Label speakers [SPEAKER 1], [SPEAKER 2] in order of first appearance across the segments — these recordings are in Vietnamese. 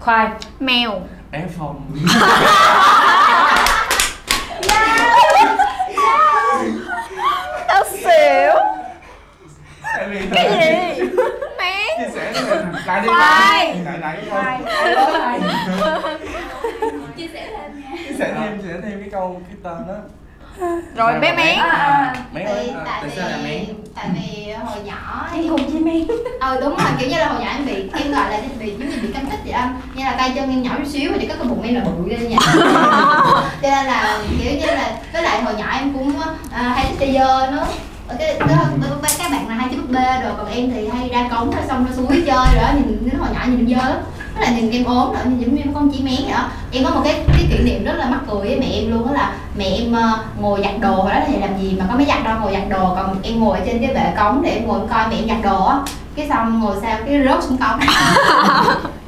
[SPEAKER 1] khoai
[SPEAKER 2] mèo
[SPEAKER 3] Bé Phong Dạ.
[SPEAKER 2] tao xỉu
[SPEAKER 3] Tại vì
[SPEAKER 2] cái gì mẹ
[SPEAKER 3] Chia sẻ với mình Lại đi
[SPEAKER 2] Khoai.
[SPEAKER 3] Lại lại cái câu
[SPEAKER 4] chia sẻ thêm nha
[SPEAKER 3] Chia sẻ thêm, chia sẻ thêm cái câu, cái tên đó
[SPEAKER 2] rồi bé mén
[SPEAKER 5] À,
[SPEAKER 3] Mén
[SPEAKER 4] Thì
[SPEAKER 3] ơi, à,
[SPEAKER 4] tại
[SPEAKER 3] tại
[SPEAKER 4] vì
[SPEAKER 3] sao là mén?
[SPEAKER 4] tại vì hồi nhỏ
[SPEAKER 1] Em cùng chim em
[SPEAKER 4] ờ đúng rồi kiểu như là hồi nhỏ em bị em gọi là em bị giống như bị căng tích vậy đó như là tay chân em nhỏ chút xíu thì có cái bụng em là bự lên nha cho nên là kiểu như là với lại hồi nhỏ em cũng ờ, hay thích đi dơ nữa Ở cái đó, đó- ba- các bạn là hay chơi búp bê rồi còn em thì hay ra cống ra sông ra suối chơi rồi đó nhìn nó hồi nhỏ nhìn em dơ lắm với lại nhìn em ốm rồi nhìn giống như con chỉ mén vậy đó em có một cái cái kỷ niệm rất là mắc cười với mẹ em luôn đó là mẹ em ờ, ngồi giặt đồ hồi đó thì làm gì mà có mấy giặt đâu ngồi giặt đồ còn em ngồi ở trên cái bệ cống để em ngồi em coi mẹ em giặt đồ á cái xong ngồi sao cái rớt xuống cống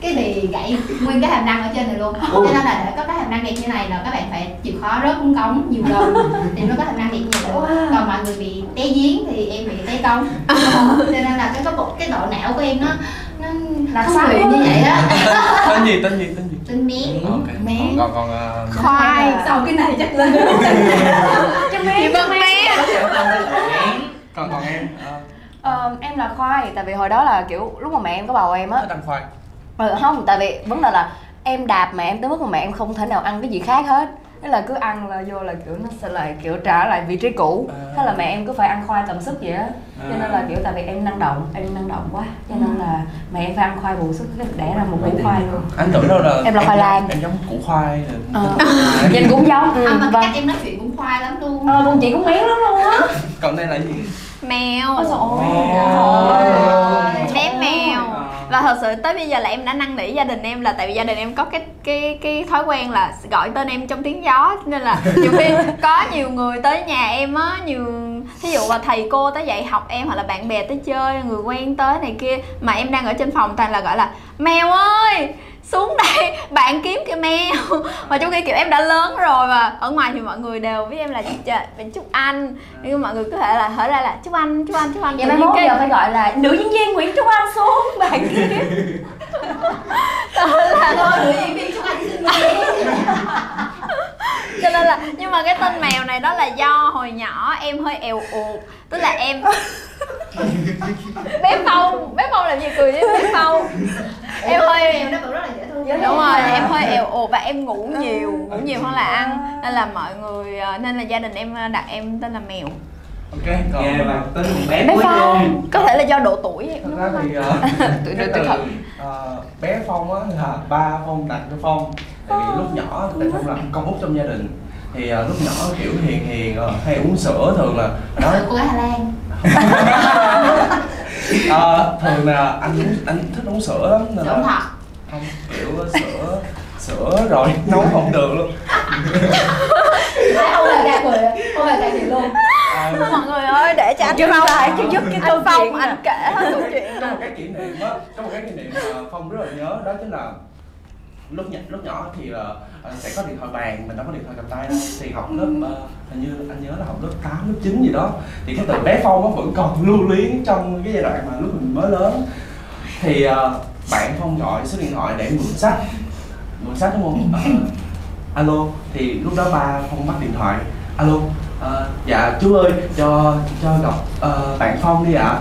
[SPEAKER 4] cái bị gãy nguyên cái hàm răng ở trên này luôn cho nên là để có cái hàm răng đẹp như này là các bạn phải chịu khó rớt xuống cống nhiều lần thì mới có hàm răng đẹp như vậy còn mọi người bị té giếng thì em bị té cống cho nên là cái cái bộ cái độ não của em nó nó
[SPEAKER 1] Là
[SPEAKER 4] không
[SPEAKER 1] sao?
[SPEAKER 4] bị như vậy đó
[SPEAKER 3] Tên gì, tên gì, tên gì
[SPEAKER 4] tên mén
[SPEAKER 3] Ok,
[SPEAKER 2] Mén.
[SPEAKER 3] còn, còn, còn ờ,
[SPEAKER 2] khoai
[SPEAKER 5] Dạ,
[SPEAKER 4] sau cái này chắc lên
[SPEAKER 1] chim
[SPEAKER 2] chị vân mén
[SPEAKER 3] còn, còn em ờ,
[SPEAKER 5] Ờ, em là khoai tại vì hồi đó là kiểu lúc mà mẹ em có bầu em á
[SPEAKER 3] Thích ăn khoai
[SPEAKER 5] ừ, không tại vì vấn đề là em đạp mà em tới mức mà mẹ em không thể nào ăn cái gì khác hết Thế là cứ ăn là vô là kiểu nó sẽ lại kiểu trả lại vị trí cũ
[SPEAKER 3] À.
[SPEAKER 5] thế là mẹ em cứ phải ăn khoai tầm sức vậy á cho nên là kiểu tại vì em năng động em năng động quá cho nên là mẹ em phải ăn khoai bù sức cái đẻ ra một củ khoai luôn
[SPEAKER 3] Anh tưởng đâu là
[SPEAKER 5] Em là khoai lang.
[SPEAKER 3] Em giống củ khoai rồi.
[SPEAKER 5] Ờ.
[SPEAKER 2] Dạ.
[SPEAKER 5] nhìn cũng giống ừ,
[SPEAKER 4] À, mà
[SPEAKER 5] vâng
[SPEAKER 4] cách em nói chuyện cũng khoai lắm luôn
[SPEAKER 5] Ờ, con chị cũng mén lắm luôn á
[SPEAKER 3] Còn đây là gì?
[SPEAKER 2] mèo
[SPEAKER 5] Ôi dồi ôi.
[SPEAKER 3] Ôi.
[SPEAKER 2] bé mèo
[SPEAKER 3] Ờ.
[SPEAKER 2] và thật sự tới bây giờ là em đã năn nỉ gia đình em là tại vì gia đình em có cái cái cái thói quen là gọi tên em trong tiếng gió nên là nhiều khi có nhiều người tới nhà em á nhiều thí dụ là thầy cô tới dạy học em hoặc là bạn bè tới chơi người quen tới này kia mà em đang ở trên phòng toàn là gọi là mèo ơi xuống đây bạn kiếm kìa mèo mà trong khi kiểu em đã lớn rồi và ở ngoài thì mọi người đều biết em là chúc, chúc anh nhưng mọi người có thể là hở ra là chúc anh chúc anh chúc anh
[SPEAKER 5] vậy
[SPEAKER 2] Tự
[SPEAKER 5] mai
[SPEAKER 2] nhiên
[SPEAKER 5] mốt
[SPEAKER 2] cái-
[SPEAKER 5] giờ phải gọi là nữ diễn viên Nguyễn Trúc Anh xuống bạn kia
[SPEAKER 4] là thôi nữ diễn viên chúng anh xin
[SPEAKER 2] cho nên là nhưng mà cái tên mèo này đó là do hồi nhỏ em hơi èo uột tức là em bé phong bé phong làm gì cười với bé phong em hơi
[SPEAKER 4] mèo nó vẫn rất là dễ thương
[SPEAKER 2] đúng rồi em hơi èo uột và em ngủ nhiều ngủ nhiều hơn là ăn nên là mọi người ờ, nên là gia đình em đặt em tên là mèo
[SPEAKER 3] Ok, còn
[SPEAKER 6] nghe là tính con bé
[SPEAKER 5] Bé
[SPEAKER 6] cuối cùng
[SPEAKER 2] có thể là do độ tuổi
[SPEAKER 3] Thật ra thì ờ,
[SPEAKER 5] Tụi
[SPEAKER 3] cái
[SPEAKER 5] đứa
[SPEAKER 3] từ
[SPEAKER 5] tụi thật
[SPEAKER 3] ờ, bé Phong á là ba Phong đặt cho Phong Tại
[SPEAKER 5] Ờ.
[SPEAKER 3] vì lúc nhỏ tại Phong làm công út trong gia đình thì ờ, lúc nhỏ kiểu hiền hiền ờ, hay uống sữa thường là đó
[SPEAKER 4] của Dạ, Hà Lan
[SPEAKER 3] ờ, thường là anh uống- anh thích uống sữa lắm
[SPEAKER 2] Dạ,
[SPEAKER 3] nên
[SPEAKER 4] sữa
[SPEAKER 3] là
[SPEAKER 4] Dạ, thật
[SPEAKER 3] không kiểu sữa sữa rồi nấu không được luôn
[SPEAKER 2] Dạ,
[SPEAKER 4] không là gạt người không là gạt người luôn
[SPEAKER 3] Ờ,
[SPEAKER 2] mọi người ơi để cho anh
[SPEAKER 5] Chứ
[SPEAKER 2] phong
[SPEAKER 5] lại chứ giúp cái
[SPEAKER 2] anh
[SPEAKER 5] câu
[SPEAKER 2] phong
[SPEAKER 5] chuyện à. nè.
[SPEAKER 2] anh kể hết câu chuyện
[SPEAKER 3] có một cái kỷ niệm á có một cái kỷ niệm mà phong rất là nhớ đó chính là lúc nhỏ lúc nhỏ thì là ờ, sẽ có điện thoại bàn mình đâu có điện thoại cầm tay đâu thì học lớp ờ, hình như anh nhớ là học lớp 8, lớp 9 gì đó thì cái từ bé phong nó vẫn còn lưu luyến trong cái giai đoạn mà lúc mình mới lớn thì ờ, bạn phong gọi số điện thoại để mượn sách mượn sách đúng không Ờ, alo thì lúc đó ba phong bắt điện thoại alo ờ, dạ chú ơi cho cho gặp ờ, bạn phong đi ạ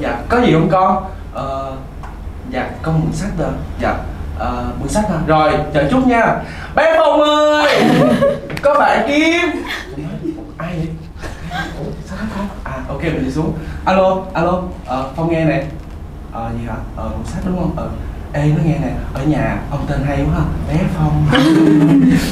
[SPEAKER 3] dạ có gì không con ờ, dạ con mượn sách rồi dạ ờ, mượn sách hả rồi chờ chút nha bé phong ơi có bạn kiếm Tôi nói, ai vậy Ủa, sao hết con? à ok mình đi xuống alo alo ờ, phong nghe nè ờ gì hả ờ mượn sách đúng không ờ ê nó nghe nè ở nhà ông tên hay quá ha bé phong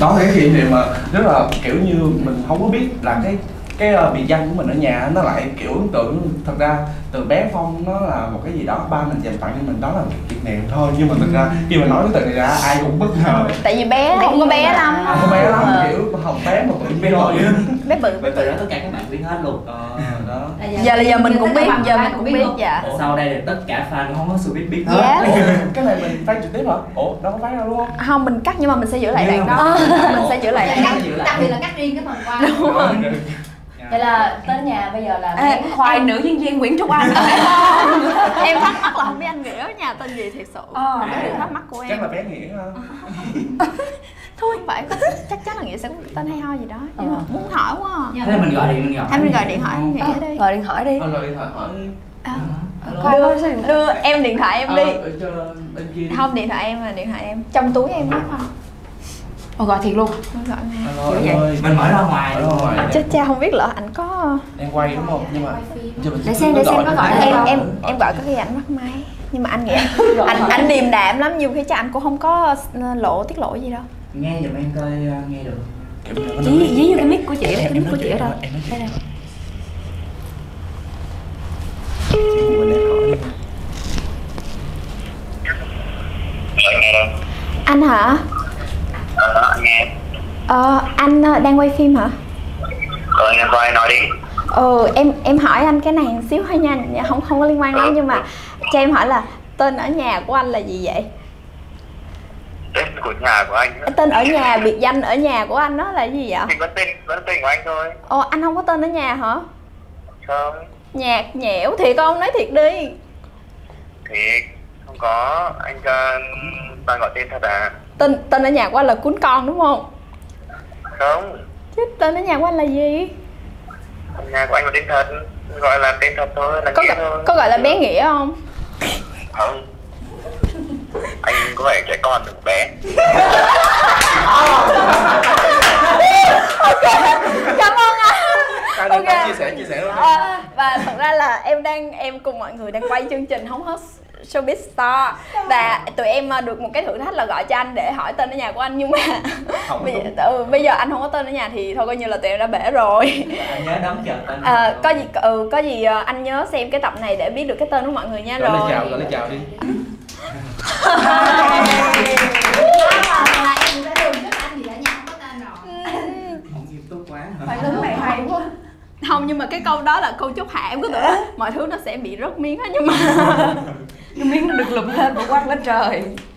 [SPEAKER 3] đó là cái kỷ niệm mà rất là kiểu như mình không có biết là cái cái ờ, biệt danh của mình ở nhà nó lại kiểu ấn tượng thật ra từ bé phong nó là một cái gì đó ba mình dành tặng cho mình đó là một việc niệm thôi nhưng mà thực ra khi mà nói cái từ này ra ai cũng bất ngờ
[SPEAKER 2] tại vì bé không có bé lắm
[SPEAKER 5] À.
[SPEAKER 3] không có bé lắm
[SPEAKER 2] Ờ,
[SPEAKER 3] kiểu học bé mà tự
[SPEAKER 6] bé
[SPEAKER 3] nhiên
[SPEAKER 6] rồi á
[SPEAKER 2] bé bự
[SPEAKER 6] vậy từ đó tất cả các bạn biết hết luôn
[SPEAKER 3] ờ đó
[SPEAKER 4] Dạ,
[SPEAKER 2] giờ Dạ, là giờ mình cũng biết giờ mình cũng biết dạ
[SPEAKER 6] Ủa, sau đây là tất cả fan cũng không có sự biết biết hết
[SPEAKER 2] Dạ.
[SPEAKER 3] Ủa, cái này mình phát trực tiếp hả ủa đâu có phát đâu đúng không
[SPEAKER 2] không mình cắt nhưng mà mình sẽ giữ lại
[SPEAKER 6] Nhưng
[SPEAKER 2] đoạn
[SPEAKER 6] mà-
[SPEAKER 2] đó mình
[SPEAKER 6] Ủa,
[SPEAKER 2] sẽ giữ lại đoạn
[SPEAKER 6] cắt-
[SPEAKER 4] đặc biệt là Dạ, cắt riêng cái phần
[SPEAKER 2] Dạ.
[SPEAKER 4] qua
[SPEAKER 5] Vậy là tên nhà bây giờ là
[SPEAKER 2] Ê,
[SPEAKER 5] mén khoai
[SPEAKER 2] em-
[SPEAKER 5] nữ diễn viên Nguyễn Trúc Anh
[SPEAKER 2] em thắc thắc mắc là không biết anh nghĩa nhà tên gì thiệt sự
[SPEAKER 5] Ờ,
[SPEAKER 2] đó là thắc mắc của em
[SPEAKER 3] chắc là bé nghĩa ha
[SPEAKER 2] thôi không phải chắc chắn là nghĩa sẽ có một cái tên hay ho gì đó nhưng mà
[SPEAKER 5] Ờ.
[SPEAKER 2] muốn hỏi quá à.
[SPEAKER 4] Dạ.
[SPEAKER 6] thế là mình gọi điện mình gọi
[SPEAKER 2] Hay mình gọi điện hỏi anh
[SPEAKER 5] Ờ,
[SPEAKER 2] nghĩa đi
[SPEAKER 5] gọi điện hỏi đi
[SPEAKER 3] Ờ, rồi điện thoại hỏi
[SPEAKER 6] Ờ.
[SPEAKER 5] Coi
[SPEAKER 2] Đưa-
[SPEAKER 5] coi sao điện thoại.
[SPEAKER 2] đưa em điện thoại em
[SPEAKER 3] Ờ,
[SPEAKER 2] đi
[SPEAKER 3] ở cho bên kia đi
[SPEAKER 2] không điện thoại em là điện thoại em trong túi em đúng không
[SPEAKER 5] Ồ, gọi thiệt luôn
[SPEAKER 2] không gọi nghe
[SPEAKER 3] Alo,
[SPEAKER 5] Kiểu
[SPEAKER 3] em
[SPEAKER 5] vậy.
[SPEAKER 3] ơi.
[SPEAKER 6] mình mở ra ngoài
[SPEAKER 3] Mở ra ngoài.
[SPEAKER 6] Mình-
[SPEAKER 2] chết cha không biết lỡ ảnh có
[SPEAKER 3] em quay đúng không nhưng mà Giờ mình
[SPEAKER 5] Để xem, để xem có gọi
[SPEAKER 3] điện
[SPEAKER 5] hay
[SPEAKER 3] thoại.
[SPEAKER 2] em
[SPEAKER 5] không.
[SPEAKER 2] em em gọi có khi ảnh mắc máy nhưng mà anh nghĩ anh anh điềm đạm lắm nhiều khi chắc anh cũng không có ờ, lộ tiết lộ gì đâu
[SPEAKER 6] nghe giùm em coi uh, nghe được
[SPEAKER 3] Kiểu mình nói
[SPEAKER 5] Dí,
[SPEAKER 3] chuyện.
[SPEAKER 5] dí vô cái mic của chị, cái
[SPEAKER 3] Em
[SPEAKER 5] mic
[SPEAKER 3] nói
[SPEAKER 5] của chị ở
[SPEAKER 3] chuyện,
[SPEAKER 5] đâu
[SPEAKER 3] em nói
[SPEAKER 5] Đây
[SPEAKER 3] chuyện.
[SPEAKER 5] nè.
[SPEAKER 3] Mình để hỏi đi.
[SPEAKER 2] anh hả ờ anh ờ, đang quay phim hả
[SPEAKER 7] Ờ, em coi nói đi
[SPEAKER 2] ừ em em hỏi anh cái này một xíu thôi nha Dạ, không không có liên quan lắm nhưng mà cho em hỏi là tên ở nhà của anh là gì vậy
[SPEAKER 7] Tên của nhà của anh á.
[SPEAKER 2] tên ở nhà biệt danh ở nhà của anh đó là gì vậy
[SPEAKER 7] Thì vẫn tên, vẫn tên của anh thôi
[SPEAKER 2] ồ anh không có tên ở nhà hả
[SPEAKER 7] Không
[SPEAKER 2] nhạt nhẽo thiệt không nói thiệt đi
[SPEAKER 7] Thì không có Anh cho ta gọi tên thật à
[SPEAKER 2] tên tên ở nhà của anh là cuốn con đúng không
[SPEAKER 7] Không
[SPEAKER 2] chứ tên ở nhà của anh là gì
[SPEAKER 7] Nhà của anh là tên thật Gọi là tên thật thôi là
[SPEAKER 2] có
[SPEAKER 7] nghĩa
[SPEAKER 2] gọi,
[SPEAKER 7] thôi
[SPEAKER 2] có gọi là bé nghĩa không
[SPEAKER 7] Không Anh có vẻ trẻ con được bé
[SPEAKER 2] cảm ơn anh
[SPEAKER 3] Ai đang
[SPEAKER 2] Ok.
[SPEAKER 3] chia sẻ chia sẻ luôn
[SPEAKER 2] Ờ, và thật ra là em đang em cùng mọi người đang quay chương trình hóng hớt showbiz star và tụi em ờ, được một cái thử thách là gọi cho anh để hỏi tên ở nhà của anh nhưng mà
[SPEAKER 3] Không,
[SPEAKER 2] bây,
[SPEAKER 3] đúng.
[SPEAKER 2] ừ, bây giờ anh không có tên ở nhà thì thôi coi như là tụi em đã bể rồi
[SPEAKER 6] anh nhớ đóng chặt tên
[SPEAKER 2] Ờ, có gì ừ, có gì ờ, anh nhớ xem cái tập này để biết được cái tên của mọi người nha
[SPEAKER 3] Gọi lời
[SPEAKER 2] rồi
[SPEAKER 3] chào, gọi lời chào đi
[SPEAKER 4] là Ờ, em đã đồn trước anh thì đã nhà không có tên rồi
[SPEAKER 6] không nghiêm túc quá hả?
[SPEAKER 5] Phải đúng này hay quá
[SPEAKER 2] không nhưng mà cái câu đó là câu chúc hạ em cứ tưởng mọi thứ nó sẽ bị rớt miếng á nhưng mà
[SPEAKER 5] Cái miếng nó được lụm lên và quăng lên trời